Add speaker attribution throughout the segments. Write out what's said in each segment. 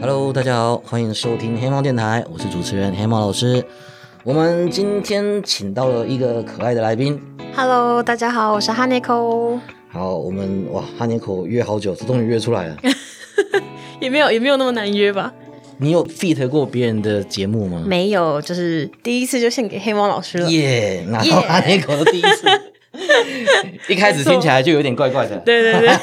Speaker 1: Hello，大家好，欢迎收听黑猫电台，我是主持人黑猫老师。我们今天请到了一个可爱的来宾，
Speaker 2: Hello，大家好，我是哈内口，
Speaker 1: 好，我们哇，哈尼口约好久，这终于约出来 了。
Speaker 2: 也没有也没有那么难约吧？
Speaker 1: 你有 fit 过别人的节目吗？
Speaker 2: 没有，就是第一次就献给黑猫老师了。
Speaker 1: 耶拿到
Speaker 2: Yeah
Speaker 1: 哈尼口的第一 次，一开始听起来就有点怪怪的。
Speaker 2: 对对 对，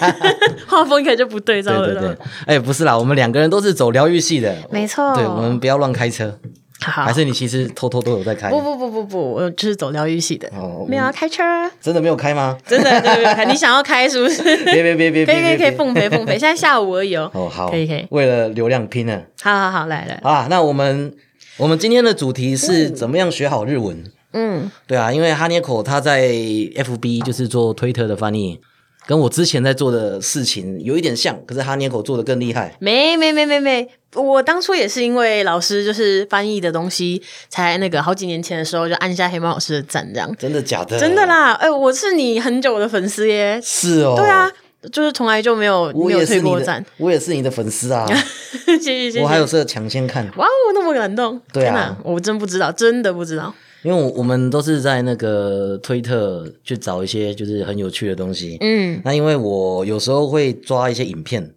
Speaker 2: 画风可能就不对
Speaker 1: 对
Speaker 2: 照了。
Speaker 1: 对对，哎、不是啦，我们两个人都是走疗愈系的，
Speaker 2: 没错
Speaker 1: 对，我们不要乱开车，
Speaker 2: 好，
Speaker 1: 还是你其实偷偷都有在开？
Speaker 2: 不不不不不，我就是走疗愈系的，
Speaker 1: 哦
Speaker 2: 没有啊要开车，
Speaker 1: 真的没有开吗？
Speaker 2: 真的对对 对，你想要开是不是？可
Speaker 1: 别别别别，
Speaker 2: 以可
Speaker 1: 别
Speaker 2: 以可以
Speaker 1: 别
Speaker 2: 奉陪奉陪，现在下午而已哦。
Speaker 1: 哦，好，
Speaker 2: 可以可以，
Speaker 1: 为了流量拼了
Speaker 2: 好好好，来来，
Speaker 1: 好啦，那我们我们今天的主题是怎么样学好日文？
Speaker 2: 嗯，
Speaker 1: 对啊，因为哈涅口他在 FB 就是做推特的翻译，跟我之前在做的事情有一点像，可是哈涅口做的更厉害。
Speaker 2: 没没没没没，我当初也是因为老师就是翻译的东西，才那个好几年前的时候就按下黑猫老师的赞这样。
Speaker 1: 真的假的？
Speaker 2: 真的。啦，哎、我是你很久的粉丝耶。
Speaker 1: 是哦。
Speaker 2: 对啊，，就是从来就没有
Speaker 1: 我
Speaker 2: 没
Speaker 1: 也
Speaker 2: 有
Speaker 1: 是
Speaker 2: 退
Speaker 1: 你
Speaker 2: 过
Speaker 1: 的
Speaker 2: 赞。，
Speaker 1: 我也是你的粉丝啊，
Speaker 2: 谢谢谢谢。
Speaker 1: 我还有设抢先看，
Speaker 2: 哇哦，那么感动！
Speaker 1: 对啊
Speaker 2: 天哪，我真不知道，真的不知道。
Speaker 1: 因为我我们都是在那个推特去找一些就是很有趣的东西。
Speaker 2: 嗯
Speaker 1: 那因为我有时候会抓一些影片，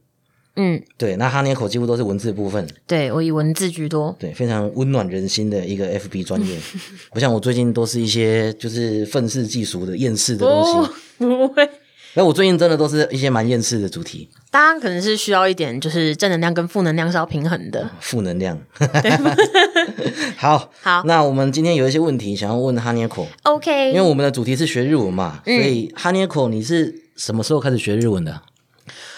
Speaker 2: 嗯，
Speaker 1: 对，那哈涅口几乎都是文字部分，
Speaker 2: 对我以文字居多。
Speaker 1: 对，非常温暖人心的一个 FB 专 业。不像我最近都是一些就是愤世嫉俗的厌世的东
Speaker 2: 哦
Speaker 1: 西，，
Speaker 2: 不会，
Speaker 1: 那、我最近真的都是一些蛮厌世的主题，
Speaker 2: 大家可能是需要一点，就是正能量跟负能量是要平衡的。
Speaker 1: 负能量。 好，
Speaker 2: 好
Speaker 1: 那我们今天有一些问题想要问哈涅口，因为
Speaker 2: OK，
Speaker 1: 我们的主题是学日文嘛，
Speaker 2: 嗯
Speaker 1: 所以哈涅口你是什么时候开始学日文的？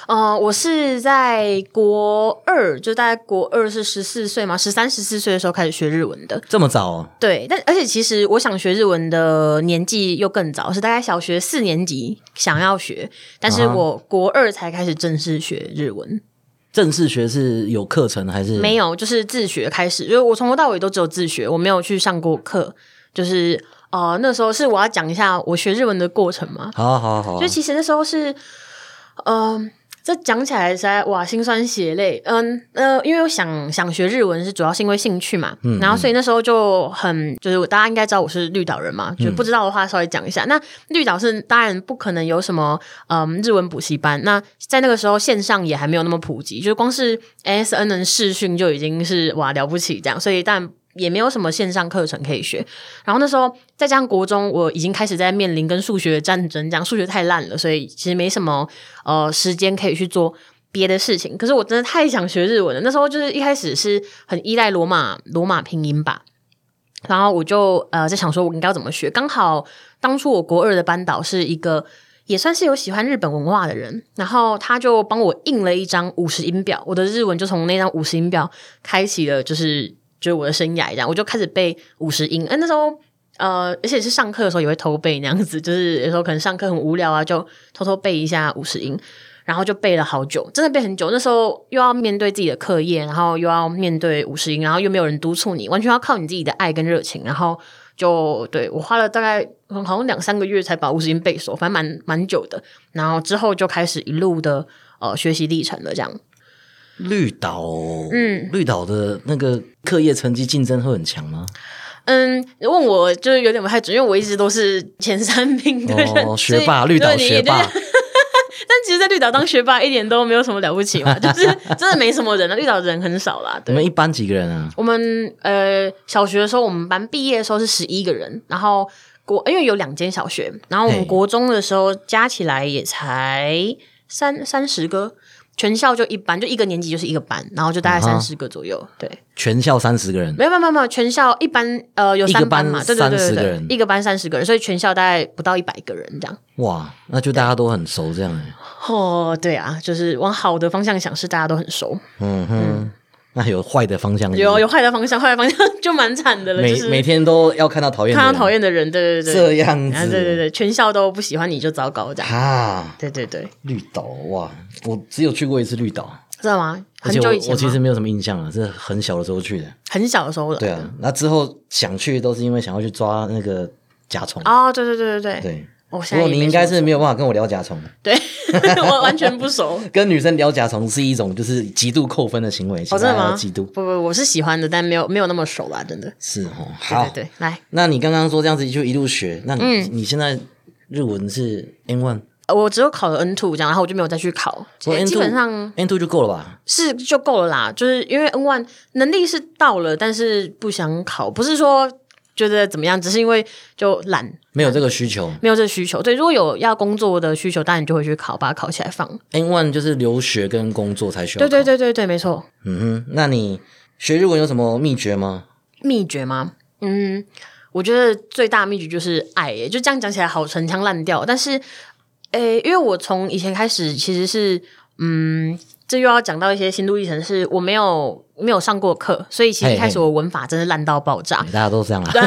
Speaker 2: 呃，我是在国二，就大概国二是十四岁嘛，十三、十四岁的时候开始学日文的。
Speaker 1: 这么早、哦？
Speaker 2: 对，但而且其实我想学日文的年纪又更早，是大概小学四年级想要学，但是
Speaker 1: 啊哈
Speaker 2: 我国二才开始正式学日文，
Speaker 1: 正式学是有课程还是
Speaker 2: 没？有就是自学开始，就是我从头到尾都只有自学，我没有去上过课，就是呃那时候是我要讲一下我学日文的过程嘛，
Speaker 1: 好啊好好，
Speaker 2: 就其实那时候是，嗯、这讲起来实在哇，心酸血泪。嗯呃，因为我想想学日文是主要是因为兴趣嘛，然后所以那时候就很就是大家应该知道我是绿岛人嘛，就不知道的话稍微讲一下。那绿岛是当然不可能有什么嗯日文补习班，那在那个时候线上也还没有那么普及，就是光是 ASN 能视讯就已经是哇了不起这样，所以但。也没有什么线上课程可以学，然后那时候再加上国中，我已经开始在面临跟数学的战争，这样数学太烂了，所以其实没什么呃时间可以去做别的事情。可是我真的太想学日文了，那时候就是一开始是很依赖罗马罗马拼音吧。然后我就呃在想说，我应该要怎么学？刚好当初我国二的班导是一个也算是有喜欢日本文化的人，然后他就帮我印了一张五十音表，我的日文就从那张五十音表开启了，就是就是我的生涯这样，我就开始背五十音。哎、那时候呃，而且是上课的时候也会偷背那样子，就是有时候可能上课很无聊啊，就偷偷背一下五十音，然后就背了好久，真的背很久。那时候又要面对自己的课业，然后又要面对五十音，然后又没有人督促你，完全要靠你自己的爱跟热情，然后。就对我花了大概嗯好像两三个月才把五十音背熟，反正蛮蛮久的。然后之后就开始一路的呃学习历程了，这样。
Speaker 1: 绿岛，
Speaker 2: 嗯
Speaker 1: 绿岛的那个课业成绩竞争会很强 吗？
Speaker 2: 嗯，问我就是有点不太准，因为我一直都是前三名的人，
Speaker 1: 哦，
Speaker 2: 所以
Speaker 1: 学霸，绿岛
Speaker 2: 对你
Speaker 1: 学霸
Speaker 2: 对，但其实，在绿岛当学霸一点都没有什么了不 起嘛，就是真的没什么人啊了，绿岛人很少啦。
Speaker 1: 你
Speaker 2: 对，
Speaker 1: 们一班几个人啊？
Speaker 2: 我们呃小学的时候，我们班毕业的时候是十一个人，然后国因为有两间小学，然后我
Speaker 1: 嘿
Speaker 2: 们国中的时候加起来也才三三十个，全校就一班，就一个年级就是一个班，然后就大概
Speaker 1: 啊哈
Speaker 2: 三十个左右。对，
Speaker 1: 全校三十个人，
Speaker 2: 没有没有没有没有，全校一班呃有
Speaker 1: 一个
Speaker 2: 三
Speaker 1: 班
Speaker 2: 嘛，对对对
Speaker 1: 30个
Speaker 2: 对
Speaker 1: 人
Speaker 2: 对，一个班三十个人，所以全校大概不到一百个人这样。
Speaker 1: 哇，那就大家都很熟这样欸。
Speaker 2: 哦，对啊，就是往好的方向想，是大家都很熟。
Speaker 1: 嗯哼，那有坏的方向是不是
Speaker 2: 有有坏的方向，坏的方向就蛮惨的了，就
Speaker 1: 每
Speaker 2: 是
Speaker 1: 每天都要看到讨厌，
Speaker 2: 看到讨，厌的人，对对对
Speaker 1: 这样
Speaker 2: 对，啊
Speaker 1: 子，
Speaker 2: 对对对，全校都不喜欢你就糟糕这样。
Speaker 1: 啊，
Speaker 2: 对对对，
Speaker 1: 绿岛哇，我只有去过一次绿岛，
Speaker 2: 知道吗？
Speaker 1: 而
Speaker 2: 很
Speaker 1: 且我
Speaker 2: 久以前
Speaker 1: 我其
Speaker 2: 吗
Speaker 1: 实没有什么印象了，是很小的时候去的。
Speaker 2: 很小的时候了。
Speaker 1: 对啊，那之后想去都是因为想要去抓那个甲虫，
Speaker 2: 哦，对对对对对，
Speaker 1: 对，
Speaker 2: 我现
Speaker 1: 不
Speaker 2: 在
Speaker 1: 过
Speaker 2: 也
Speaker 1: 你
Speaker 2: 没
Speaker 1: 应
Speaker 2: 什么
Speaker 1: 该是没有办法跟我聊甲虫，
Speaker 2: 对， 我完全不熟。
Speaker 1: 跟女生聊甲虫是一种就是极度扣分的行为，
Speaker 2: 哦，
Speaker 1: 请
Speaker 2: 真
Speaker 1: 大
Speaker 2: 的
Speaker 1: 家要
Speaker 2: 吗？
Speaker 1: 嫉
Speaker 2: 不
Speaker 1: 妒
Speaker 2: 不，我是喜欢的，但没有没有那么熟啦，真的。
Speaker 1: 是哦。
Speaker 2: 对
Speaker 1: 好
Speaker 2: 对，嗯对，来，
Speaker 1: 那你刚刚说这样子就一路学，那你你现在日文是 N one，
Speaker 2: 呃我只有考了 N two 这样，然后我就没有再去考，
Speaker 1: 说 N
Speaker 2: 基本上
Speaker 1: N two 就够了吧？
Speaker 2: 是就够了啦。就是因为 N one 能力是到了，但是不想考，不是说觉得怎么样，只是因为就懒，
Speaker 1: 没有这个需求
Speaker 2: 没有这需求。对，如果有要工作的需求，当然你就会去考，把它考起来放。
Speaker 1: ，N one 就是留学跟工作才需要。
Speaker 2: 对对，对对对，没错。
Speaker 1: 嗯哼，那你学日文有什么秘诀吗？
Speaker 2: 秘诀吗？嗯，我觉得最大秘诀就是爱耶，就这样讲起来好陈腔滥调，但是，诶，因为我从以前开始其实是，嗯，这又要讲到一些心路历程，是我没有没有上过课，所以其实一开始
Speaker 1: 嘿嘿
Speaker 2: 我文法真是烂到爆炸，
Speaker 1: 哎大家都这样啊啦，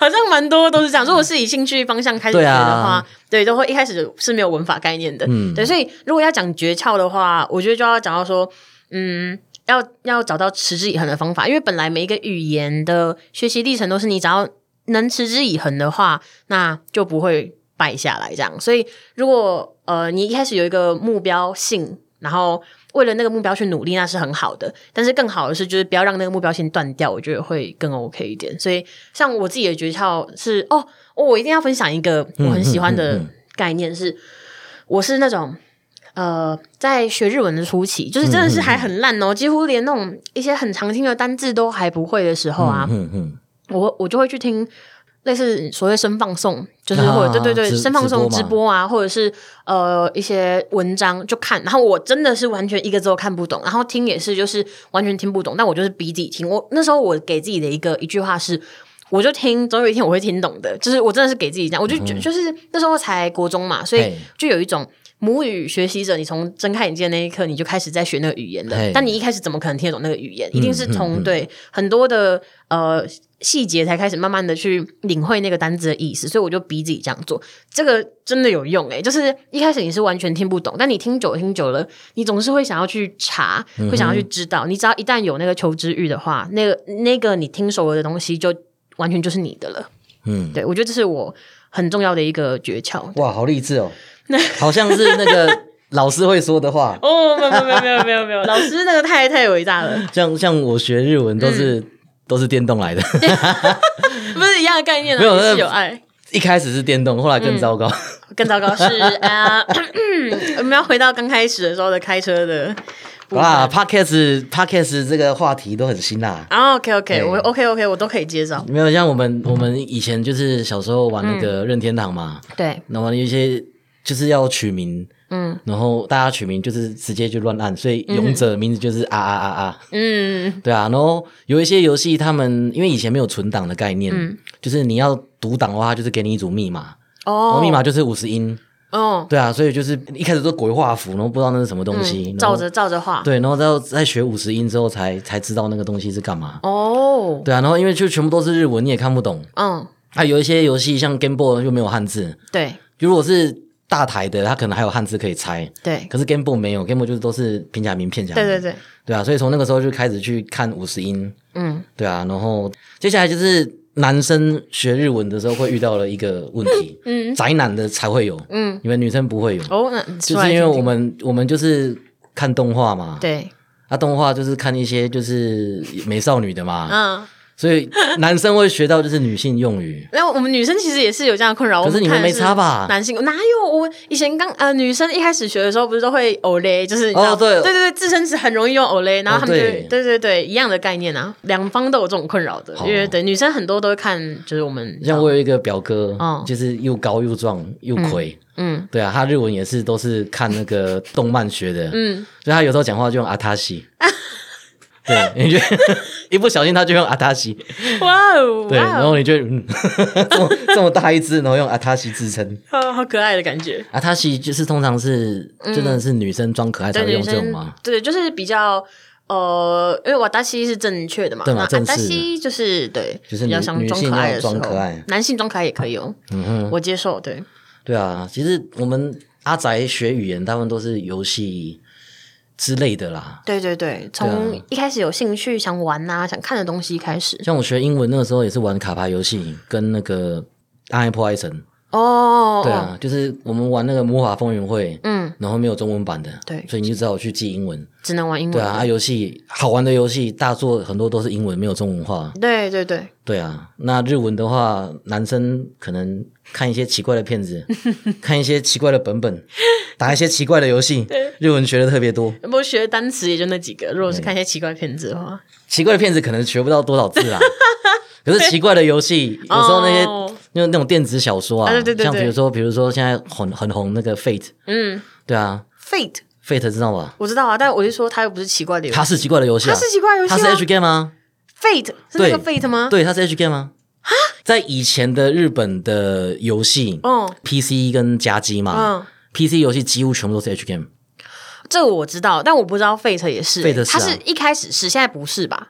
Speaker 2: 好像蛮多都是这样。如果是以兴趣方向开始
Speaker 1: 嗯
Speaker 2: 学
Speaker 1: 对
Speaker 2: 的
Speaker 1: 啊
Speaker 2: 话，对,、都会一开始是没有文法概念的。嗯，对，所以如果要讲诀窍的话，我觉得就要讲到说，嗯。要要找到持之以恒的方法，因为本来每一个语言的学习历程都是你只要能持之以恒的话，那就不会败下来。这样，所以如果呃你一开始有一个目标性，然后为了那个目标去努力，那是很好的。但是更好的是，就是不要让那个目标性断掉，我觉得会更 OK 一点。所以像我自己的诀窍是，哦，哦我一定要分享一个我很喜欢
Speaker 1: 嗯嗯
Speaker 2: 的
Speaker 1: 嗯
Speaker 2: 概念是，我是那种。呃，在学日文的初期，就是真的
Speaker 1: 嗯
Speaker 2: 是还很烂哦，几乎连那种一些很常听的单字都还不会的时候啊，
Speaker 1: 嗯嗯，
Speaker 2: 我我就会去听类似所谓声放送，就是
Speaker 1: 啊
Speaker 2: 或者、对对对，
Speaker 1: 直
Speaker 2: 声放送
Speaker 1: 直播嘛
Speaker 2: 直播啊，或者是呃一些文章就看，然后我真的是完全一个字都看不懂，然后听也是就是完全听不懂，但我就是逼自己听。我那时候我给自己的一个一句话是。我就听，总有一天我会听懂
Speaker 1: 嗯
Speaker 2: 的。就是我真的是给自己这样，我就觉、就是那时候才国中嘛，所以
Speaker 1: 嘿
Speaker 2: 就有一种母语学习者，你从睁开眼睛的那一刻，你就开始在学那个语言了
Speaker 1: 嘿。
Speaker 2: 但你一开始怎么可能听得懂那个语言？一定是
Speaker 1: 嗯
Speaker 2: 从、
Speaker 1: 嗯
Speaker 2: 对很多的呃细节才开始慢慢的去领会那个单字的意思，所以我就逼自己这样做，这个真的有用诶、就是一开始你是完全听不懂，但你听久了听久了，你总是会想要去查，会想要去知道。你只要一旦有那个求知欲的话，那个那个你听熟了的东西就完全就是你的了。
Speaker 1: 嗯，
Speaker 2: 对我觉得这是我很重要的一个诀窍。
Speaker 1: 哇，好励志哦，好像是那个老师会说的 话。
Speaker 2: 哦，没有没有没有没有没 有，老师那个太太伟大了，
Speaker 1: 像像我学日文都是、
Speaker 2: 嗯
Speaker 1: 都是电动来的，
Speaker 2: 不是一样的概念啊，
Speaker 1: 没有
Speaker 2: 也
Speaker 1: 那
Speaker 2: 是有爱。
Speaker 1: 一开始是电动，后来更糟糕。
Speaker 2: 更糟糕是啊、呃 我们要回到刚开始的时候的开车的部分。
Speaker 1: 哇 p o d c a s t p o d c a s t 这个话题都很辛辣。
Speaker 2: 啊，OK OK，
Speaker 1: 对
Speaker 2: 我 OK OK，我都可以接受。
Speaker 1: 没有像我们我们以前就是小时候玩那
Speaker 2: 嗯
Speaker 1: 个任天堂嘛，
Speaker 2: 对，
Speaker 1: 那玩有一些就是要取名，
Speaker 2: 嗯
Speaker 1: 然后大家取名就是直接就乱按，所以勇者名字就是啊啊啊啊，
Speaker 2: 嗯
Speaker 1: 对啊。然后有一些游戏他们因为以前没有存档的概念，
Speaker 2: 嗯
Speaker 1: 就是你要读档的话，就是给你一组密码，然
Speaker 2: 哦，
Speaker 1: 后密码就是五十音，
Speaker 2: 哦，
Speaker 1: 对啊，所以就是一开始都鬼画符，然后不知道那是什么东西，
Speaker 2: 嗯
Speaker 1: 然后
Speaker 2: 照着照着 画。
Speaker 1: 对，然后再再学五十音之后才才知道那个东西是干嘛。
Speaker 2: 哦，
Speaker 1: 对啊，然后因为就全部都是日文，你也看不懂。
Speaker 2: 嗯，
Speaker 1: 啊，有一些游戏像 Game Boy 就没有汉字，
Speaker 2: 对
Speaker 1: 就如果是大台的，它可能还有汉字可以猜，
Speaker 2: 对
Speaker 1: 可是 Game Boy 没有，Game Boy 就是都是平假名片假名。
Speaker 2: 对对对，
Speaker 1: 对啊，所以从那个时候就开始去看五十音，
Speaker 2: 嗯
Speaker 1: 对啊，然后接下来就是男生学日文的时候会遇到了一个问 题，嗯，宅男的才会有，
Speaker 2: 嗯，
Speaker 1: 你们女生不会有，
Speaker 2: 哦，那
Speaker 1: 就
Speaker 2: 说来
Speaker 1: 是
Speaker 2: 听
Speaker 1: 因为
Speaker 2: 听
Speaker 1: 我们我们就是看动画嘛，
Speaker 2: 对，
Speaker 1: 啊，动画就是看一些就是美少女的嘛，
Speaker 2: 嗯，
Speaker 1: 所以男生会学到就是女性用语。
Speaker 2: 那我们女生其实也是有这样的困扰。
Speaker 1: 可是
Speaker 2: 我
Speaker 1: 你们
Speaker 2: 看的
Speaker 1: 没差吧
Speaker 2: 男性哪有？我以前刚呃，女生一开始学的时候不是都会 o l 就是你知道
Speaker 1: 哦对哦
Speaker 2: 对对对，自身词很容易用 o l 然后他们就、
Speaker 1: 对
Speaker 2: 对对对一样的概念啊，两方都有这种困扰的，
Speaker 1: 好
Speaker 2: 因为对女生很多都会看，就是我们
Speaker 1: 像我有一个表哥，
Speaker 2: 哦
Speaker 1: 就是又高又壮又魁，
Speaker 2: 嗯
Speaker 1: 对啊，他日文也是都是看那个动漫学的，
Speaker 2: 嗯，
Speaker 1: 所以他有时候讲话就用阿塔 西。对，你觉得一不小心他就用阿塔西，
Speaker 2: 哇哦
Speaker 1: 对，
Speaker 2: 哇
Speaker 1: 然
Speaker 2: 哦
Speaker 1: 后你就嗯， 这么这么大一只，然后用阿塔西自称，
Speaker 2: 好，好可爱的感觉。
Speaker 1: 阿塔西就是通常是
Speaker 2: 嗯
Speaker 1: 真的是女生装可爱才
Speaker 2: 对
Speaker 1: 会
Speaker 2: 女
Speaker 1: 用这种
Speaker 2: 生
Speaker 1: 吗？
Speaker 2: 对，就是比较呃，因为瓦达西是正确的嘛，
Speaker 1: 对嘛
Speaker 2: 那
Speaker 1: 正式
Speaker 2: 达西就是对，
Speaker 1: 就是
Speaker 2: 比较
Speaker 1: 女
Speaker 2: 像
Speaker 1: 女
Speaker 2: 装
Speaker 1: 性
Speaker 2: 可
Speaker 1: 要
Speaker 2: 爱的时候
Speaker 1: 装可爱，
Speaker 2: 男性装可爱也可以哦，
Speaker 1: 嗯哼，
Speaker 2: 我接受。对，
Speaker 1: 对啊，其实我们阿宅学语言，大部分都是游戏之类的啦。
Speaker 2: 对对对，
Speaker 1: 对啊
Speaker 2: 从一开始有兴趣想玩呐、想看的东西开始，
Speaker 1: 像我学英文那个时候也是玩卡牌游戏跟那个《暗黑破坏神》，
Speaker 2: 哦，
Speaker 1: 对啊，就是我们玩那个魔法风云会，
Speaker 2: 嗯，
Speaker 1: 然后没有中文版的，
Speaker 2: 对嗯
Speaker 1: 所以你就只好去记英文。
Speaker 2: 只能玩英文。
Speaker 1: 对啊，啊游戏好玩的游戏大作很多都是英文，没有中文化。
Speaker 2: 对对对，
Speaker 1: 对啊，那日文的话，男生可能看一些奇怪的片 子，看一些奇怪的本本，打一些奇怪的游戏，日文学的特别多。
Speaker 2: 不过学单词也就那几个。如果是看一些奇怪片子的话，
Speaker 1: 奇怪的片子可能学不到多少字 啦，可是奇怪的游戏，有时候那些
Speaker 2: 哦
Speaker 1: 那那种电子小说啊，
Speaker 2: 啊对对对
Speaker 1: 像
Speaker 2: 对
Speaker 1: 比如说比如说现在很很红那个 Fate，
Speaker 2: 嗯
Speaker 1: 对啊
Speaker 2: ，Fate
Speaker 1: ，Fate 知道吧？
Speaker 2: 我知道啊，但我就说它又不是奇怪的游戏
Speaker 1: 它是奇怪的游戏啊，
Speaker 2: 它是奇怪的游戏啊啊
Speaker 1: 它是 H game 吗？
Speaker 2: ，Fate 是那
Speaker 1: 对
Speaker 2: 个 Fate 吗？，
Speaker 1: 对，它是 H game 吗？
Speaker 2: 啊
Speaker 1: 在以前的日本的游戏，
Speaker 2: 嗯
Speaker 1: PC 跟夹击嘛、
Speaker 2: 嗯，
Speaker 1: p c 游戏几乎全部都是 H game。
Speaker 2: 这个我知道，但我不知道 Fate 也是、欸
Speaker 1: Fate 是啊
Speaker 2: 它是一开始是，现在不是吧？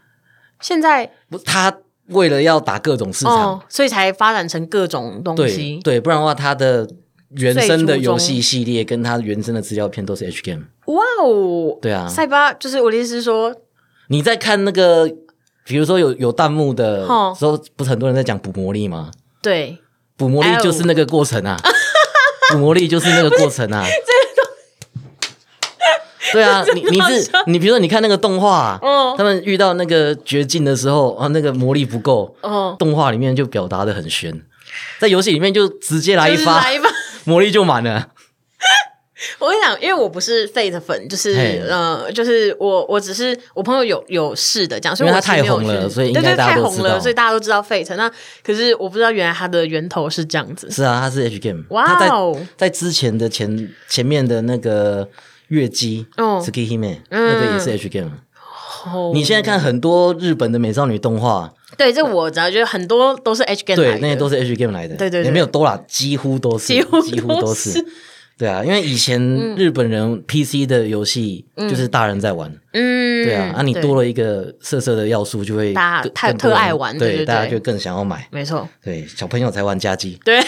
Speaker 2: 现在
Speaker 1: 不，它为了要打各种市场，
Speaker 2: 哦，所以才发展成各种东
Speaker 1: 对
Speaker 2: 西。
Speaker 1: 对，不然的话，它的原
Speaker 2: 最
Speaker 1: 生的
Speaker 2: 初
Speaker 1: 游
Speaker 2: 衷
Speaker 1: 戏系列跟它原生的资料片都是 H game。
Speaker 2: 哇哦，
Speaker 1: 对啊
Speaker 2: 塞巴就是我的意思是说，
Speaker 1: 你在看那个，比如说有有弹幕的
Speaker 2: 哦
Speaker 1: 时候，不是很多人在讲捕魔力吗？
Speaker 2: 对，
Speaker 1: 捕魔力就是那个过程 啊，捕魔力就是那个过程啊。对 啊，你你是你，比如说你看那个动画啊、
Speaker 2: 嗯
Speaker 1: 他们遇到那个绝境的时候啊，那个魔力不够，
Speaker 2: 哦，
Speaker 1: 动画里面就表达的很玄，在游戏里面就直接来一
Speaker 2: 就是
Speaker 1: 发，
Speaker 2: 来吧。
Speaker 1: 魔力就满了。
Speaker 2: 我跟你讲，因为我不是 Fate 粉，就是
Speaker 1: 嘿
Speaker 2: 呃，就是我我只是我朋友有有试的这样，所以
Speaker 1: 因
Speaker 2: 我
Speaker 1: 为它
Speaker 2: 其实没有
Speaker 1: 太红了
Speaker 2: 去
Speaker 1: 所以应
Speaker 2: 对
Speaker 1: 该
Speaker 2: 对
Speaker 1: 大家
Speaker 2: 太
Speaker 1: 都
Speaker 2: 红
Speaker 1: 知道
Speaker 2: 了，所以大家都知道 Fate。那可是我不知道原来它的源头是这样子。
Speaker 1: 是啊，它是 H game，
Speaker 2: 哇哦
Speaker 1: 它在在之前的前前面的那个月姬
Speaker 2: 哦
Speaker 1: Ski Hime，
Speaker 2: 嗯
Speaker 1: 那个也是 H game。
Speaker 2: 哦
Speaker 1: 你现在看很多日本的美少女动画，
Speaker 2: 对这我知道，就是很多都是 H game 来
Speaker 1: 对，
Speaker 2: 的
Speaker 1: 那些都是 H game 来的，
Speaker 2: 对对对
Speaker 1: 也没有多啦，几乎都是，
Speaker 2: 几乎
Speaker 1: 几乎都是
Speaker 2: 是。，
Speaker 1: 对啊，因为以前日本人 PC 的游戏就是大人在玩，
Speaker 2: 嗯，
Speaker 1: 对啊，啊你多了一个色色的要素，就会
Speaker 2: 大家
Speaker 1: 更
Speaker 2: 太
Speaker 1: 更多人
Speaker 2: 特爱玩对
Speaker 1: 对，
Speaker 2: 对对
Speaker 1: 大家就更想要买。
Speaker 2: 没错，
Speaker 1: 对，小朋友才玩家机。
Speaker 2: 对，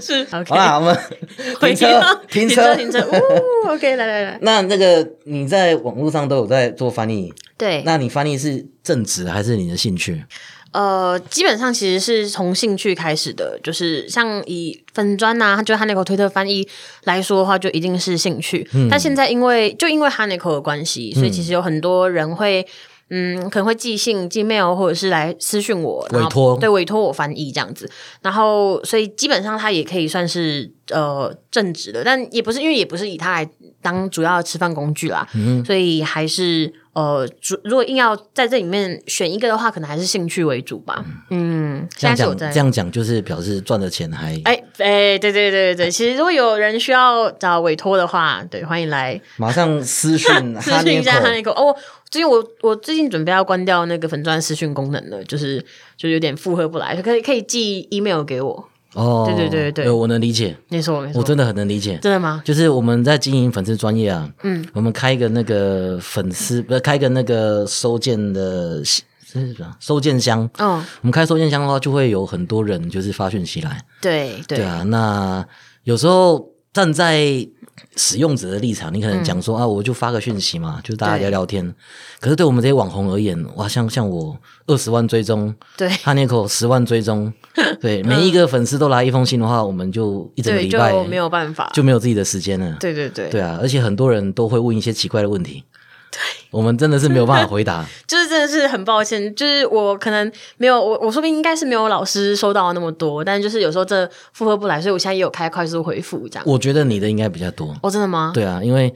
Speaker 2: 是 OK，
Speaker 1: 好啦，我们 停车
Speaker 2: 回到，
Speaker 1: 停
Speaker 2: 停
Speaker 1: 车，
Speaker 2: 停车，呜，OK，来来来，
Speaker 1: 那那个你在网络上都有在做翻译，
Speaker 2: 对，
Speaker 1: 那你翻译是正职还是你的兴趣？
Speaker 2: 呃，基本上其实是从兴趣开始的，就是像以粉砖呐、啊，就哈内口推特翻译来说的话，就一定是兴趣。
Speaker 1: 嗯
Speaker 2: 但现在因为就因为哈内口的关系，所以其实有很多人会。嗯，可能会寄信、寄 mail，或者是来私讯我，然后
Speaker 1: 委托
Speaker 2: 对委托我翻译这样子。然后，所以基本上他也可以算是呃正职的，但也不是因为也不是以他来当主要的吃饭工具啦，
Speaker 1: 嗯
Speaker 2: 所以还是呃，主如果硬要在这里面选一个的话，可能还是兴趣为主吧。嗯，
Speaker 1: 这
Speaker 2: 现
Speaker 1: 样
Speaker 2: 在是我
Speaker 1: 讲，
Speaker 2: 在
Speaker 1: 这。样讲就是表示赚的钱还
Speaker 2: 哎哎，对对对对对，其实如果有人需要找委托的话，对，欢迎来
Speaker 1: 马上私讯
Speaker 2: 私
Speaker 1: 哈
Speaker 2: 讯
Speaker 1: 尼
Speaker 2: 一下哈
Speaker 1: 口，
Speaker 2: 尼口。哦，最近我我最近准备要关掉那个粉钻私讯功能了，就是就有点负荷不来，可以可以寄 email 给我。
Speaker 1: 哦，
Speaker 2: 对对对对
Speaker 1: 呃我能理解，
Speaker 2: 没错没错，
Speaker 1: 我真的很能理解。
Speaker 2: 真的吗？
Speaker 1: 就是我们在经营粉丝专业啊，嗯，我们开一个那个粉丝，不是开一个那个收件的，是是什么收件箱。
Speaker 2: 嗯，
Speaker 1: 我们开收件箱的话，就会有很多人就是发讯息来，
Speaker 2: 对对
Speaker 1: 对啊，那有时候站在使用者的立场，你可能讲说、啊，我就发个讯息嘛，就是大家
Speaker 2: 嗯对
Speaker 1: 聊聊天。可是对我们这些网红而言，哇，像像我二十万追踪，
Speaker 2: 对
Speaker 1: 哈涅口十万追 踪，对，每一个粉丝都来一封信的话，我们就一整个
Speaker 2: 对，
Speaker 1: 礼拜
Speaker 2: 就没有办法，
Speaker 1: 就没有自己的时间了。
Speaker 2: 对对对，
Speaker 1: 对啊，而且很多人都会问一些奇怪的问题，对，我们真的是没有办法回答。
Speaker 2: 就是真的是很抱歉，就是我可能没有我我说不定应该是没有老师收到那么多，但就是有时候真的负荷不来，所以我现在也有开快速回复这样。
Speaker 1: 我觉得你的应该比较多，
Speaker 2: 哦，真的吗？
Speaker 1: 对啊，因为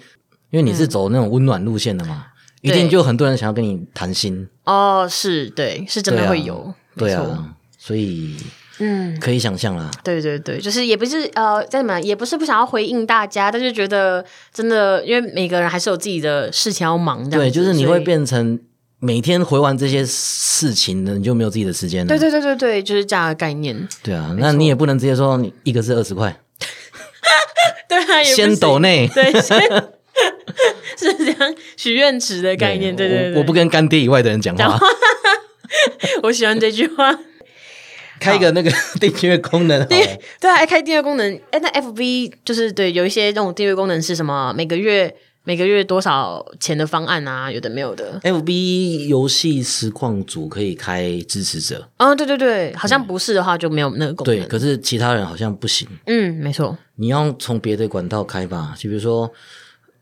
Speaker 1: 因为你是走那种温暖路线的嘛，一定
Speaker 2: 嗯对
Speaker 1: 就很多人想要跟你谈心，
Speaker 2: 哦，是对，是真
Speaker 1: 对
Speaker 2: 的
Speaker 1: 啊
Speaker 2: 会有，
Speaker 1: 对
Speaker 2: 没错，
Speaker 1: 啊，所以
Speaker 2: 嗯。
Speaker 1: 可以想象啦。
Speaker 2: 对对对，就是也不是呃，在么也不是不想要回应大家，但是觉得真的，因为每个人还是有自己的事情要忙，这样
Speaker 1: 对，
Speaker 2: 子
Speaker 1: 就是你
Speaker 2: 所
Speaker 1: 会
Speaker 2: 以
Speaker 1: 变成每天回完这些事情呢，你就没有自己的时间了。
Speaker 2: 对对对对对，就是这样的概念。
Speaker 1: 对啊，那你也不能直接说你一个是二十块，
Speaker 2: 对啊，也不
Speaker 1: 先
Speaker 2: 是
Speaker 1: 抖内。
Speaker 2: 对，先是这样许愿池的概念。对对对，
Speaker 1: 我，我不跟干爹以外的人讲话，
Speaker 2: 我喜欢这句话。
Speaker 1: 开一个那个订阅功能好哦了。
Speaker 2: 对啊，还开订阅功能。哎，那 FB 就是对有一些那种订阅功能是什么？每个月每个月多少钱的方案啊，有的没有的。
Speaker 1: FB 游戏实况组可以开支持者，
Speaker 2: 啊，对对对，好像不是的话就没有那个功
Speaker 1: 对，
Speaker 2: 能。
Speaker 1: 可是其他人好像不行。
Speaker 2: 嗯，没错。
Speaker 1: 你要从别的管道开吧，就比如说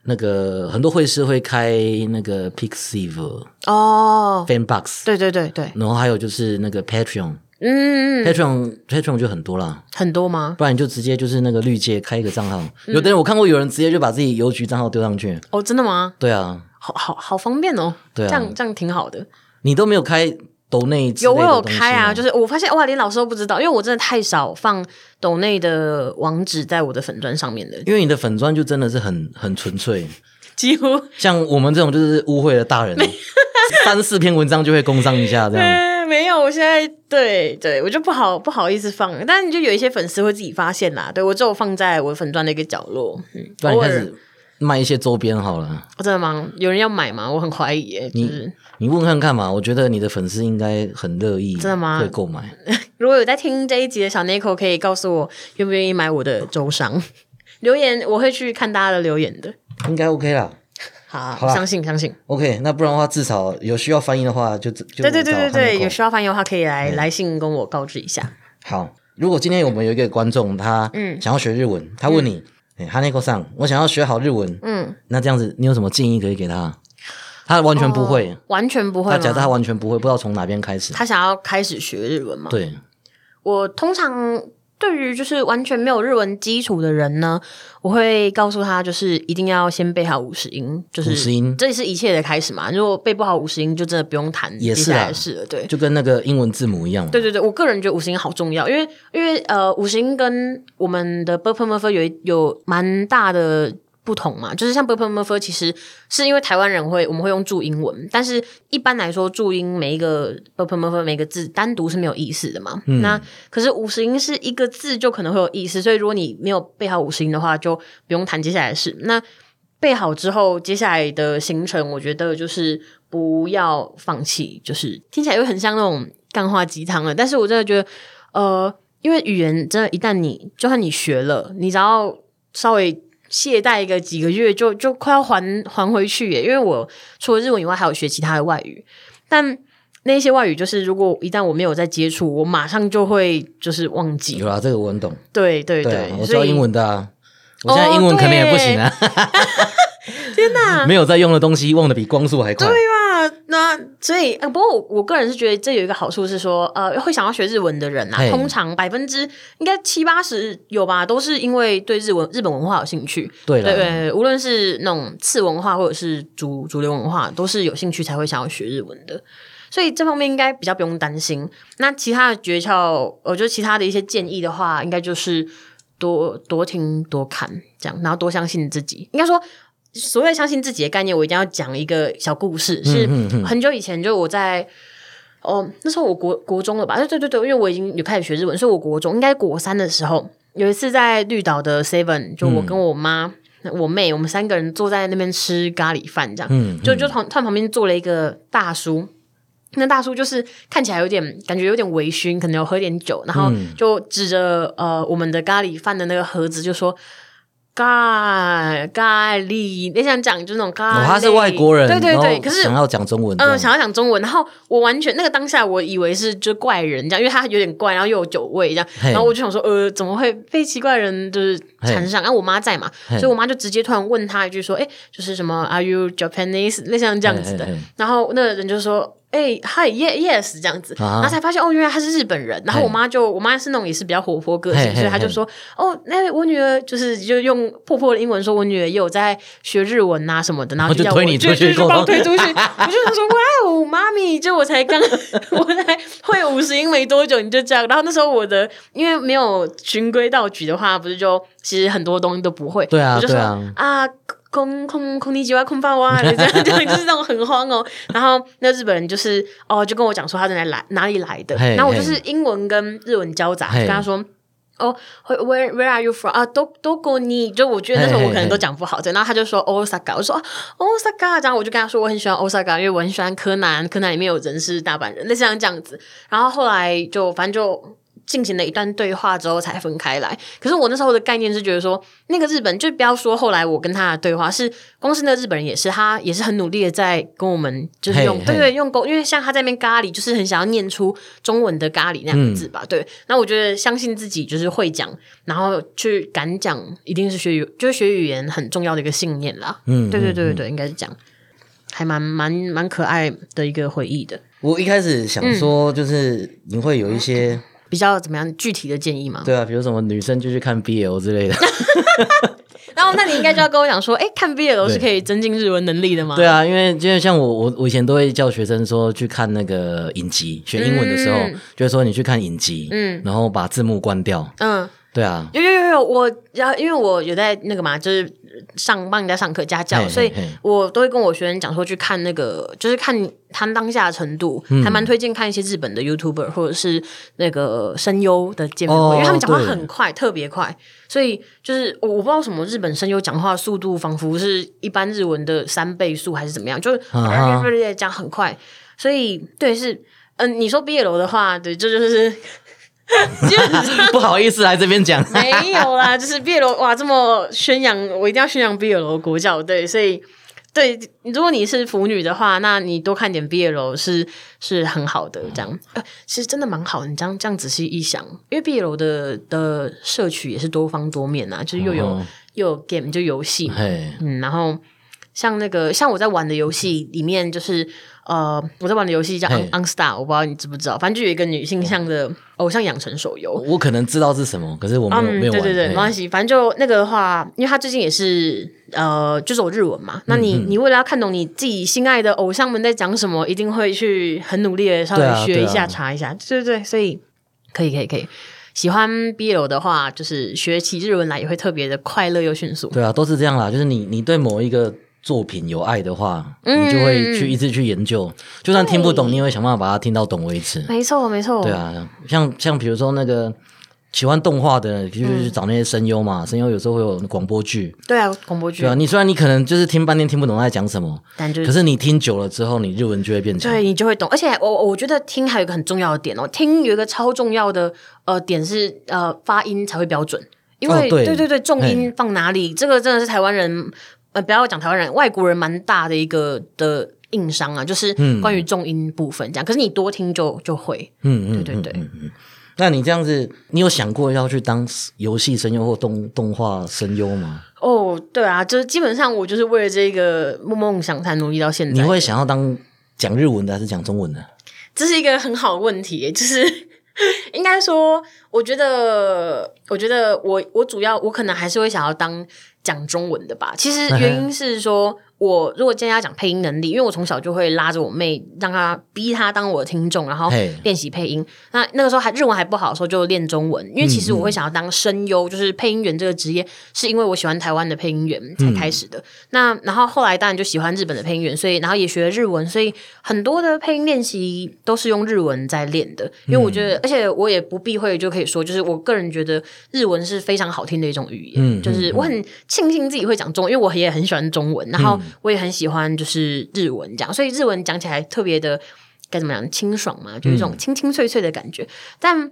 Speaker 1: 那个很多会师会开那个 Pixiv、
Speaker 2: 哦，
Speaker 1: Fanbox，
Speaker 2: 对对对对，
Speaker 1: 然后还有就是那个 Patreon。
Speaker 2: 嗯，
Speaker 1: Patreon Patreon 就很多啦，
Speaker 2: 很多吗？
Speaker 1: 不然你就直接就是那个绿界开一个账号。
Speaker 2: 嗯
Speaker 1: 有的人我看过有人直接就把自己邮局账号丢上去。
Speaker 2: 哦，真的吗？
Speaker 1: 对啊，
Speaker 2: 好好好方便哦，
Speaker 1: 对啊
Speaker 2: 这样这样挺好的。
Speaker 1: 你都没有开抖内之
Speaker 2: 有
Speaker 1: 类的
Speaker 2: 我有
Speaker 1: 东西
Speaker 2: 开啊，就是是我发现哇，连老师都不知道，因为我真的太少放抖内的网址在我的粉砖上面的，
Speaker 1: 因为你的粉砖就真的是很很纯粹，
Speaker 2: 几乎
Speaker 1: 像我们这种就是污秽的大人，三四篇文章就会工商一下这 样。
Speaker 2: 嗯，没有，我现在对对，我就不好不好意思放，但你就有一些粉丝会自己发现啦。对我只有放在我粉钻的一个角落，嗯，
Speaker 1: 不然你
Speaker 2: 偶
Speaker 1: 开
Speaker 2: 尔
Speaker 1: 始卖一些周边好了，
Speaker 2: 我真的吗？有人要买吗？我很怀疑耶，就是
Speaker 1: 你问看看嘛。我觉得你的粉丝应该很乐意，
Speaker 2: 真的吗
Speaker 1: 会购买。
Speaker 2: 如果有在听这一集的小 Nico，可以告诉我愿不愿意买我的周商留言，我会去看大家的留言的。
Speaker 1: 应该 OK 啦。
Speaker 2: 好，
Speaker 1: 好啦
Speaker 2: 相信相信，
Speaker 1: OK，那不然的话，至少有需要翻译的话，就就
Speaker 2: 对对对对对，有
Speaker 1: 有
Speaker 2: 需要翻译的话可以
Speaker 1: 嗯
Speaker 2: 来来信跟我告知一下。
Speaker 1: 好。如果今天我们有一个观众，他
Speaker 2: 嗯
Speaker 1: 想要学日文，他问你，哎、哈内克上，我想要学好日文，
Speaker 2: 嗯，
Speaker 1: 那这样子你有什么建议可以给他？他完全不会，
Speaker 2: 完全哦不会
Speaker 1: 他假设他
Speaker 2: 吗？
Speaker 1: 完全不会，不知道从哪边开始。
Speaker 2: 他想要开始学日文吗？
Speaker 1: 对，
Speaker 2: 我通常对于就是完全没有日文基础的人呢，我会告诉他，就是一定要先背好五十音，就是
Speaker 1: 50音
Speaker 2: 这是一切的开始嘛。如果背不好五十音，就真的不用谈
Speaker 1: 也是
Speaker 2: 接下来
Speaker 1: 啦
Speaker 2: 的事了。对，
Speaker 1: 就跟那个英文字母一样嘛。
Speaker 2: 对对对，我个人觉得五十音好重要，因为因为呃，五十音跟我们的 b u r p l e m u r p h 有一有蛮大的。不同嘛，就是像 b u r p l e m u r p h 其实是因为台湾人会我们会用注音文，但是一般来说注音每一个 b u r p l e m u r p h 每个字单独是没有意思的嘛。那可是五十音是一个字就可能会有意思，所以如果你没有背好五十音的话，就不用谈接下来的事。那备好之后，接下来的行程，我觉得就是不要放弃，就是听起来又很像那种干话鸡汤了。但是我真的觉得，呃，因为语言真的，一旦你就算你学了，你只要稍微懈怠个几个月，就就快要还还回去耶。因为我除了日文以外，还有学其他的外语，但。那些外语就是，如果一旦我没有在接触，我马上就会就是忘记
Speaker 1: 有。啦，这个我很懂。
Speaker 2: 对对
Speaker 1: 对啊，我
Speaker 2: 所
Speaker 1: 教
Speaker 2: 以
Speaker 1: 英文的啊，我现在英文
Speaker 2: 哦
Speaker 1: 可能也不行啊。
Speaker 2: 天 哪，
Speaker 1: 没有在用的东西忘得比光速还快。
Speaker 2: 啊，那所以，呃，不过我我个人是觉得这有一个好处是说，呃，会想要学日文的人啊，
Speaker 1: 嘿
Speaker 2: 通常百分之应该七八十有吧，都是因为对日文日本文化有兴趣。
Speaker 1: 对
Speaker 2: 对
Speaker 1: 了，
Speaker 2: 对，无论是那种次文化或者是主主流文化，都是有兴趣才会想要学日文的。所以这方面应该比较不用担心。那其他的诀窍，我觉得其他的一些建议的话，应该就是多多听多看这样，然后多相信自己。应该说，所谓相信自己的概念，我一定要讲一个小故事，是
Speaker 1: 嗯嗯嗯
Speaker 2: 很久以前就我在。哦，那时候我国国中了吧？对对对对，因为我已经有开始学日文，所以我国中应该国三的时候，有一次在绿岛的 Seven，就我跟
Speaker 1: 嗯
Speaker 2: 我妈、我妹，我们三个人坐在那边吃咖喱饭，这样，
Speaker 1: 嗯嗯
Speaker 2: 就就旁他旁边坐了一个大叔。那大叔就是看起来有点感觉有点微醺，可能有喝点酒，然
Speaker 1: 嗯
Speaker 2: 后就指着呃我们的咖喱饭的那个盒子就说咖咖喱，你想讲就是那种咖喱，
Speaker 1: 哦，他是外国人，
Speaker 2: 啊
Speaker 1: 哦
Speaker 2: 对对
Speaker 1: 然
Speaker 2: 对，
Speaker 1: 后
Speaker 2: 可是
Speaker 1: 想要讲中文，这
Speaker 2: 嗯，
Speaker 1: 样
Speaker 2: 想要讲中文，然后我完全那个当下我以为是就怪人这样，因为他有点怪，然后又有酒味这样，
Speaker 1: 嘿
Speaker 2: 然后我就想说，呃，怎么会被奇怪的人就是缠上？啊然后我妈在嘛，
Speaker 1: 嘿
Speaker 2: 所以我妈就直接突然问他一句说，哎，就是什么 Are you Japanese？类似像这样子的
Speaker 1: 嘿嘿嘿，
Speaker 2: 然后那个人就说。哎、嗨 y e s yes，这样子，
Speaker 1: 啊
Speaker 2: 然后才发现哦，原来他是日本人。然后
Speaker 1: 嘿
Speaker 2: 我妈就，我妈是那种也是比较活泼个
Speaker 1: 嘿
Speaker 2: 性，
Speaker 1: 嘿
Speaker 2: 所以她就
Speaker 1: 嘿
Speaker 2: 说，哦，那我女儿就是就用破破的英文说，我女儿也有在学日文啊什么的，然
Speaker 1: 然哦
Speaker 2: 后
Speaker 1: 后就
Speaker 2: 要
Speaker 1: 推
Speaker 2: 我
Speaker 1: 你
Speaker 2: 就
Speaker 1: 出去
Speaker 2: 就就把我
Speaker 1: 沟通
Speaker 2: 推 出去，我就想说哇哦，妈咪，就我才刚 我才会五十音没多久你就这样，然后那时候我的因为没有循规蹈矩的话，不是就其实很多东西都不会，
Speaker 1: 对啊
Speaker 2: 我就说
Speaker 1: 对啊
Speaker 2: 空空空地机哇空巴哇， 就这样这样就是那种很慌哦。然后那日本人就是哦，就跟我讲说他在哪来哪里来的，
Speaker 1: 嘿
Speaker 2: 然后我就
Speaker 1: 嘿
Speaker 2: 是英文跟日文交杂，就
Speaker 1: 嘿
Speaker 2: 跟他说。哦、w h e r e Where are you from？啊，都都过你，就我觉得那时候我可能都讲不好，对。然后他就说 Osaka，我说啊 Osaka，这样我就跟他说我很喜欢 Osaka，因为我很喜欢柯南，柯南里面有人是大阪人，类似像这样子。然后后来就反正就进行了一段对话之后才分开来。可是我那时候的概念是觉得说，那个日本就不要说后来我跟他的对话，是光是那个日本人也是，他也是很努力的在跟我们就是用
Speaker 1: 嘿
Speaker 2: 对
Speaker 1: 嘿
Speaker 2: 对用沟，因为像他在那边咖喱，就是很想要念出中文的咖喱那样
Speaker 1: 嗯
Speaker 2: 子吧。对，那我觉得相信自己就是会讲，然后去敢讲，一定是学语就是学语言很重要的一个信念啦。
Speaker 1: 嗯，
Speaker 2: 对对
Speaker 1: 嗯
Speaker 2: 对对对，应该是这样，还蛮蛮蛮可爱的一个回忆的。
Speaker 1: 我一开始
Speaker 2: 嗯
Speaker 1: 想说，就是你会有一些、
Speaker 2: 比较怎么样具体的建议吗？
Speaker 1: 对啊，比如什么女生就去看 BL 之类的，
Speaker 2: 然后那你应该就要跟我讲说，哎、看 BL 是可以增进日文能力的吗？
Speaker 1: 对啊，因为因为像我我我以前都会叫学生说去看那个影集，学英文的时候、
Speaker 2: 嗯
Speaker 1: 就会说你去看影集，
Speaker 2: 嗯
Speaker 1: 然后把字幕关掉，
Speaker 2: 嗯，
Speaker 1: 对啊，
Speaker 2: 有有有有，我然后因为我有在那个嘛，就是上帮人家上课家教，
Speaker 1: 嘿
Speaker 2: 所以
Speaker 1: 嘿
Speaker 2: 我都会跟我学生讲说去看那个，就是看他当下的程度，还
Speaker 1: 嗯
Speaker 2: 蛮推荐看一些日本的 YouTuber 或者是那个声优的见面会，
Speaker 1: 哦
Speaker 2: 因为他们讲话
Speaker 1: 对
Speaker 2: 很快，特别快，所以就是我我不知道为什么日本声优讲话速度仿佛是一般日文的三倍速还是怎么样，就是
Speaker 1: 啊 哈
Speaker 2: 讲很快，所以对是。嗯，你说毕业楼的话，对，这就是 基本上
Speaker 1: 不好意思来这边讲，
Speaker 2: 没有 啦，就是 BL 哇，这么宣扬，我一定要宣扬 BL 国教对，所以对，如果你是腐女的话，那你多看点 BL 是是很好的，这样、呃、其实真的蛮好。你这样这样仔细一想，因为 BL 的的摄取也是多方多面啊，就是又有、
Speaker 1: 哦
Speaker 2: 又有 game 就游戏嘛，
Speaker 1: 嘿，
Speaker 2: 嗯，然后像那个像我在玩的游戏里面，就是呃，我在玩的游戏叫
Speaker 1: 嘿哦
Speaker 2: On Star，我不知道你知不知道，反正就有一个女性向的偶像养成手游。
Speaker 1: 我可能知道是什么，可是我没有、
Speaker 2: 嗯，
Speaker 1: 没有
Speaker 2: 对
Speaker 1: 玩，
Speaker 2: 对对，没关
Speaker 1: 嘿
Speaker 2: 系，反正就那个的话，因为他最近也是呃，就是我日文
Speaker 1: 嗯
Speaker 2: 嘛，那你、你为了要看懂你自己心爱的偶像们在讲什么，一定会去很努力的稍
Speaker 1: 对
Speaker 2: 微
Speaker 1: 啊
Speaker 2: 学
Speaker 1: 对
Speaker 2: 一下、
Speaker 1: 啊
Speaker 2: 查一下，对对对，所以可以可以可以，喜欢 BL 的话，就是学起日文来也会特别的快乐又迅速。
Speaker 1: 对啊，都是这样啦，就是你你对某一个。作品有爱的话，你就
Speaker 2: 嗯
Speaker 1: 会去一直去研究，就算听不懂，你也会想办法把它听到懂为止。
Speaker 2: 没错没错，
Speaker 1: 对啊，
Speaker 2: 哦
Speaker 1: 像像比如说那个喜欢动画的，就是
Speaker 2: 嗯
Speaker 1: 去找那些声优嘛，声优有时候会有广播剧，
Speaker 2: 对啊，广播剧
Speaker 1: 对啊，你虽然你可能就是听半天听不懂他在讲什么，
Speaker 2: 但就
Speaker 1: 可是你听久了之后，你日文就会变强。
Speaker 2: 对你就会懂，而且我我觉得听还有一个很重要的点哦，听有一个超重要的呃点是呃发音才会标准，因为、
Speaker 1: 哦对
Speaker 2: 对对重音放哪里，这个真的是台湾人呃不要讲台湾人，外国人蛮大的一个的硬伤啊，就是关于重音部分这样。可是你多听就就会，
Speaker 1: 嗯嗯，
Speaker 2: 对对对，
Speaker 1: 那你这样子，你有想过要去当游戏声优或动动画声优吗？
Speaker 2: 哦对啊，就是基本上我就是为了这个梦想才努力到现在。
Speaker 1: 你会想要当讲日文的还是讲中文的？
Speaker 2: 这是一个很好的问题 耶，就是应该说，我觉得，我觉得我我主要我可能还是会想要当讲中文的吧。其实原因是说，我如果今天要讲配音能力，因为我从小就会拉着我妹，让她逼她当我的听众，然后
Speaker 1: 嘿
Speaker 2: 练习配音。那那个时候还日文还不好的时候，就练中文，因为其实我会想要当声优，就是配音员这个职业，是因为我喜欢台湾的配音员才开始的。那然后后来当然就喜欢日本的配音员，所以然后也学了日文，所以很多的配音练习都是用日文在练的。因为我觉得，
Speaker 1: 嗯
Speaker 2: 而且我也不避讳，就可以说，就是我个人觉得日文是非常好听的一种语言。
Speaker 1: 嗯
Speaker 2: 就是我很庆幸自己会讲中文，因为我也很喜欢中文，然后
Speaker 1: 嗯
Speaker 2: 我也很喜欢就是日文这样，所以日文讲起来特别的该怎么讲清爽嘛，就有一
Speaker 1: 嗯
Speaker 2: 种清清脆脆的感觉。但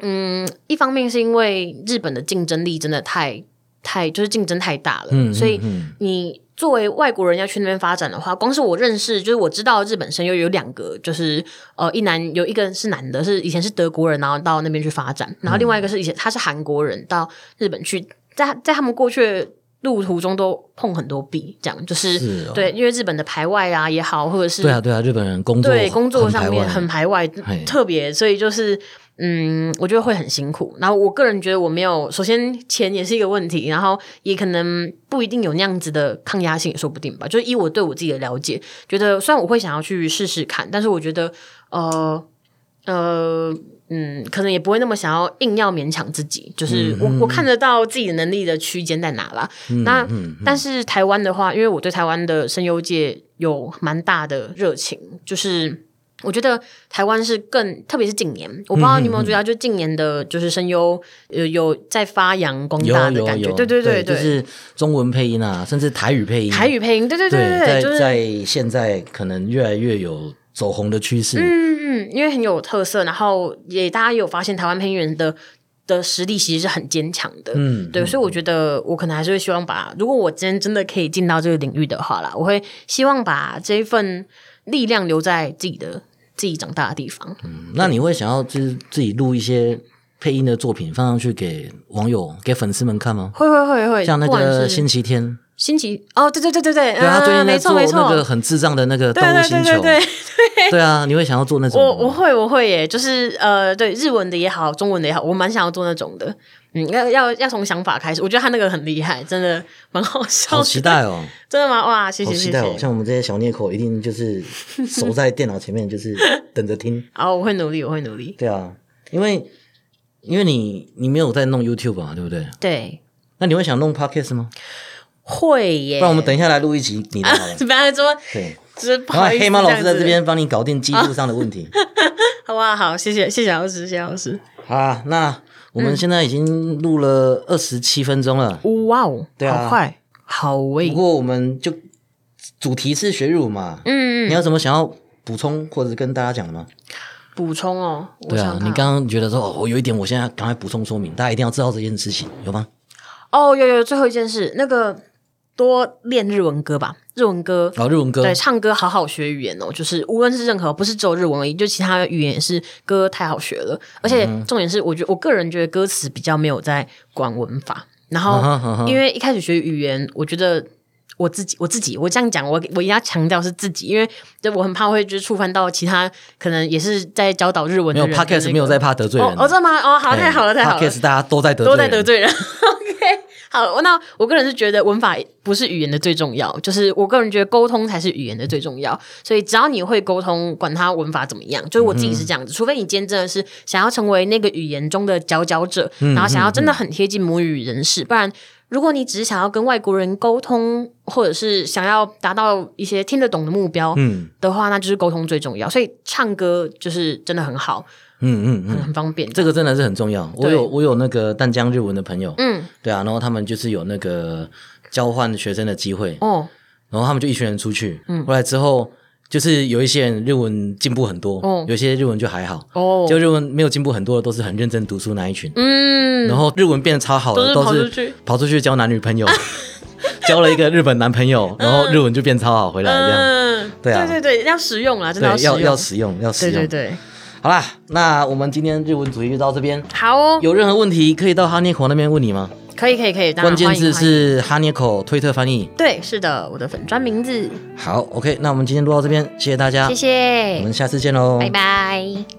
Speaker 2: 嗯，一方面是因为日本的竞争力真的太太就是竞争太大了，
Speaker 1: 嗯，
Speaker 2: 所以
Speaker 1: 嗯
Speaker 2: 你作为外国人要去那边发展的话，光是我认识，就是我知道日本声优有两个，就是呃，一男有一个是男的，是以前是德国人，然后到那边去发展，然后另外一个是以前他是韩国人，到日本去，在
Speaker 1: 嗯
Speaker 2: 在他们过去的路途中都碰很多壁，这样就是
Speaker 1: 是哦
Speaker 2: 对，因为日本的排外啊也好，或者是
Speaker 1: 对啊对啊，日本人工作
Speaker 2: 对工作
Speaker 1: 很
Speaker 2: 上
Speaker 1: 排
Speaker 2: 面
Speaker 1: 外
Speaker 2: 很排外
Speaker 1: 嘿，
Speaker 2: 特别，所以就是嗯，我觉得会很辛苦。然后我个人觉得我没有，首先钱也是一个问题，然后也可能不一定有那样子的抗压性，也说不定吧。就是以我对我自己的了解，觉得虽然我会想要去试试看，但是我觉得呃呃。嗯，可能也不会那么想要硬要勉强自己，就是
Speaker 1: 嗯
Speaker 2: 我、我看得到自己的能力的区间在哪啦。那、
Speaker 1: 嗯
Speaker 2: 但是台湾的话，因为我对台湾的声优界有蛮大的热情，就是我觉得台湾是更，特别是近年，我不
Speaker 1: 嗯
Speaker 2: 知道你有没有注意到，就近年的就是声优有有在发扬光
Speaker 1: 有
Speaker 2: 大的
Speaker 1: 有
Speaker 2: 感觉，
Speaker 1: 有，
Speaker 2: 对对对
Speaker 1: 就
Speaker 2: 对，
Speaker 1: 是中文配音啊，甚至台语配音，
Speaker 2: 台语配音，对对对
Speaker 1: 对，
Speaker 2: 对，
Speaker 1: 在
Speaker 2: 就是
Speaker 1: 在现在可能越来越有走红的趋势，
Speaker 2: 嗯嗯，因为很有特色，然后也大家有发现台湾配音员的的实力其实是很坚强的，
Speaker 1: 嗯，
Speaker 2: 对，所以我觉得我可能还是会希望把，如果我今天真的可以进到这个领域的话啦，我会希望把这一份力量留在自己的自己长大的地方。
Speaker 1: 嗯那你会想要就是自己录一些配音的作品放上去给网友、给粉丝们看吗？
Speaker 2: 会会会会，
Speaker 1: 像那
Speaker 2: 不管
Speaker 1: 个
Speaker 2: 是
Speaker 1: 星期天，
Speaker 2: 星期哦，对对对对对，
Speaker 1: 对啊，他最近
Speaker 2: 嗯、
Speaker 1: 在
Speaker 2: 没
Speaker 1: 做
Speaker 2: 错没错，
Speaker 1: 那个很智障的那个动
Speaker 2: 对
Speaker 1: 物
Speaker 2: 对
Speaker 1: 星
Speaker 2: 对
Speaker 1: 球
Speaker 2: 对，对，
Speaker 1: 对啊，你会想要做那种
Speaker 2: 我我
Speaker 1: 吗？
Speaker 2: 会我会耶，就是呃，对日文的也好，中文的也好，我蛮想要做那种的。嗯，要要要从想法开始，我觉得他那个很厉害，真的蛮好笑的。
Speaker 1: 好期待哦，
Speaker 2: 真的吗？哇，谢谢
Speaker 1: 好期
Speaker 2: 谢
Speaker 1: 待哦！
Speaker 2: 谢。
Speaker 1: 像我们这些小孽口，一定就是守在电脑前面， 就是等着听。
Speaker 2: 好，哦我会努力，我会努力。
Speaker 1: 对啊，因为因为你你没有在弄 YouTube 嘛，对不对？
Speaker 2: 对，
Speaker 1: 那你会想弄 Podcast 吗？
Speaker 2: 会耶。
Speaker 1: 不然我们等一下来录一集你的好 了。
Speaker 2: 怎么样说？
Speaker 1: 对，
Speaker 2: 就是不
Speaker 1: 然后
Speaker 2: 好意思，
Speaker 1: 黑猫老师在
Speaker 2: 样
Speaker 1: 这啊
Speaker 2: 子，
Speaker 1: 边帮你搞定技术上的问题。
Speaker 2: 好不好？好，谢谢谢谢老师，谢谢老师。
Speaker 1: 好啊，那我们现在已经录了二十七分钟了，
Speaker 2: 哇哦，
Speaker 1: 对啊
Speaker 2: 好快，好喂
Speaker 1: 不。过我们就主题是学日语嘛，
Speaker 2: 嗯，
Speaker 1: 你有什么想要补充或者是跟大家讲的吗？
Speaker 2: 补充哦，我
Speaker 1: 对
Speaker 2: 想
Speaker 1: 啊，
Speaker 2: 看
Speaker 1: 你刚刚觉得说，哦，我有一点，我现在赶快补充说明，大家一定要知道这件事情，有吗？
Speaker 2: 哦，有有有最后一件事，那个多练日文歌吧，日文歌。
Speaker 1: 然后日文歌
Speaker 2: 对，唱歌好好学语言哦，就是无论是任何，不是只有日文而已，就其他语言也是歌太好学了，而且
Speaker 1: 嗯
Speaker 2: 重点是，我觉我个人觉得歌词比较没有在管文法，然
Speaker 1: 嗯哼嗯
Speaker 2: 后
Speaker 1: 哼
Speaker 2: 因为一开始学语言，我觉得。我自己，我自己，我这样讲，我我一定要强调是自己，因为就我很怕会就是触犯到其他可能也是在教导日文
Speaker 1: 没
Speaker 2: 的
Speaker 1: 有
Speaker 2: 人的那个、
Speaker 1: podcast 没有在怕得罪
Speaker 2: 哦
Speaker 1: 人，
Speaker 2: 哦，真的吗？哦，好，
Speaker 1: 对
Speaker 2: 太好了，太好了。
Speaker 1: ，podcast 大家都在得罪
Speaker 2: 都
Speaker 1: 人，
Speaker 2: 在得罪人。OK，好，那我个人是觉得文法不是语言的最重要，就是我个人觉得沟通才是语言的最重要。所以只要你会沟通，管它文法怎么样，就是我自己是这
Speaker 1: 嗯
Speaker 2: 样子。除非你今天真的是想要成为那个语言中的佼佼者，
Speaker 1: 嗯
Speaker 2: 然后想要真的很贴近母语人士，不然。如果你只是想要跟外国人沟通，或者是想要达到一些听得懂的目标
Speaker 1: 嗯
Speaker 2: 的话，那就是沟通最重要。所以唱歌就是真的很好，
Speaker 1: 嗯嗯嗯，
Speaker 2: 很很方便。
Speaker 1: 这个真的是很重要。我
Speaker 2: 对
Speaker 1: 有我有那个淡江日文的朋友，
Speaker 2: 嗯
Speaker 1: 对啊，然后他们就是有那个交换学生的机会，
Speaker 2: 哦，
Speaker 1: 然后他们就一群人出去，嗯，后来之后就是有一些人日文进步很多，
Speaker 2: 哦
Speaker 1: 有些日文就还好，
Speaker 2: 哦
Speaker 1: 就日文没有进步很多的都是很认真读书那一群，
Speaker 2: 嗯，
Speaker 1: 然后日文变得超好的
Speaker 2: 都
Speaker 1: 都
Speaker 2: 是跑
Speaker 1: 是
Speaker 2: 出去
Speaker 1: 跑出去交男女 朋友，交了一个日本男朋友，然后日文就变超好回来这样，
Speaker 2: 嗯，
Speaker 1: 对啊
Speaker 2: 对对对，要实用啦，真的
Speaker 1: 对，
Speaker 2: 实
Speaker 1: 要
Speaker 2: 用，
Speaker 1: 要使用要使
Speaker 2: 对
Speaker 1: 用，
Speaker 2: 对对，
Speaker 1: 好啦，那我们今天日文主题就到这边。
Speaker 2: 好哦，
Speaker 1: 有任何问题可以到哈涅口那边问你吗？
Speaker 2: 可以可以可以，当然
Speaker 1: 关键字，
Speaker 2: 欢迎欢迎
Speaker 1: 是哈涅口推特翻译。
Speaker 2: 对，是的，我的粉砖名字，
Speaker 1: 啊好，OK，那我们今天录到这边，谢谢大家，
Speaker 2: 谢谢
Speaker 1: 我们下次见喽，
Speaker 2: 拜拜。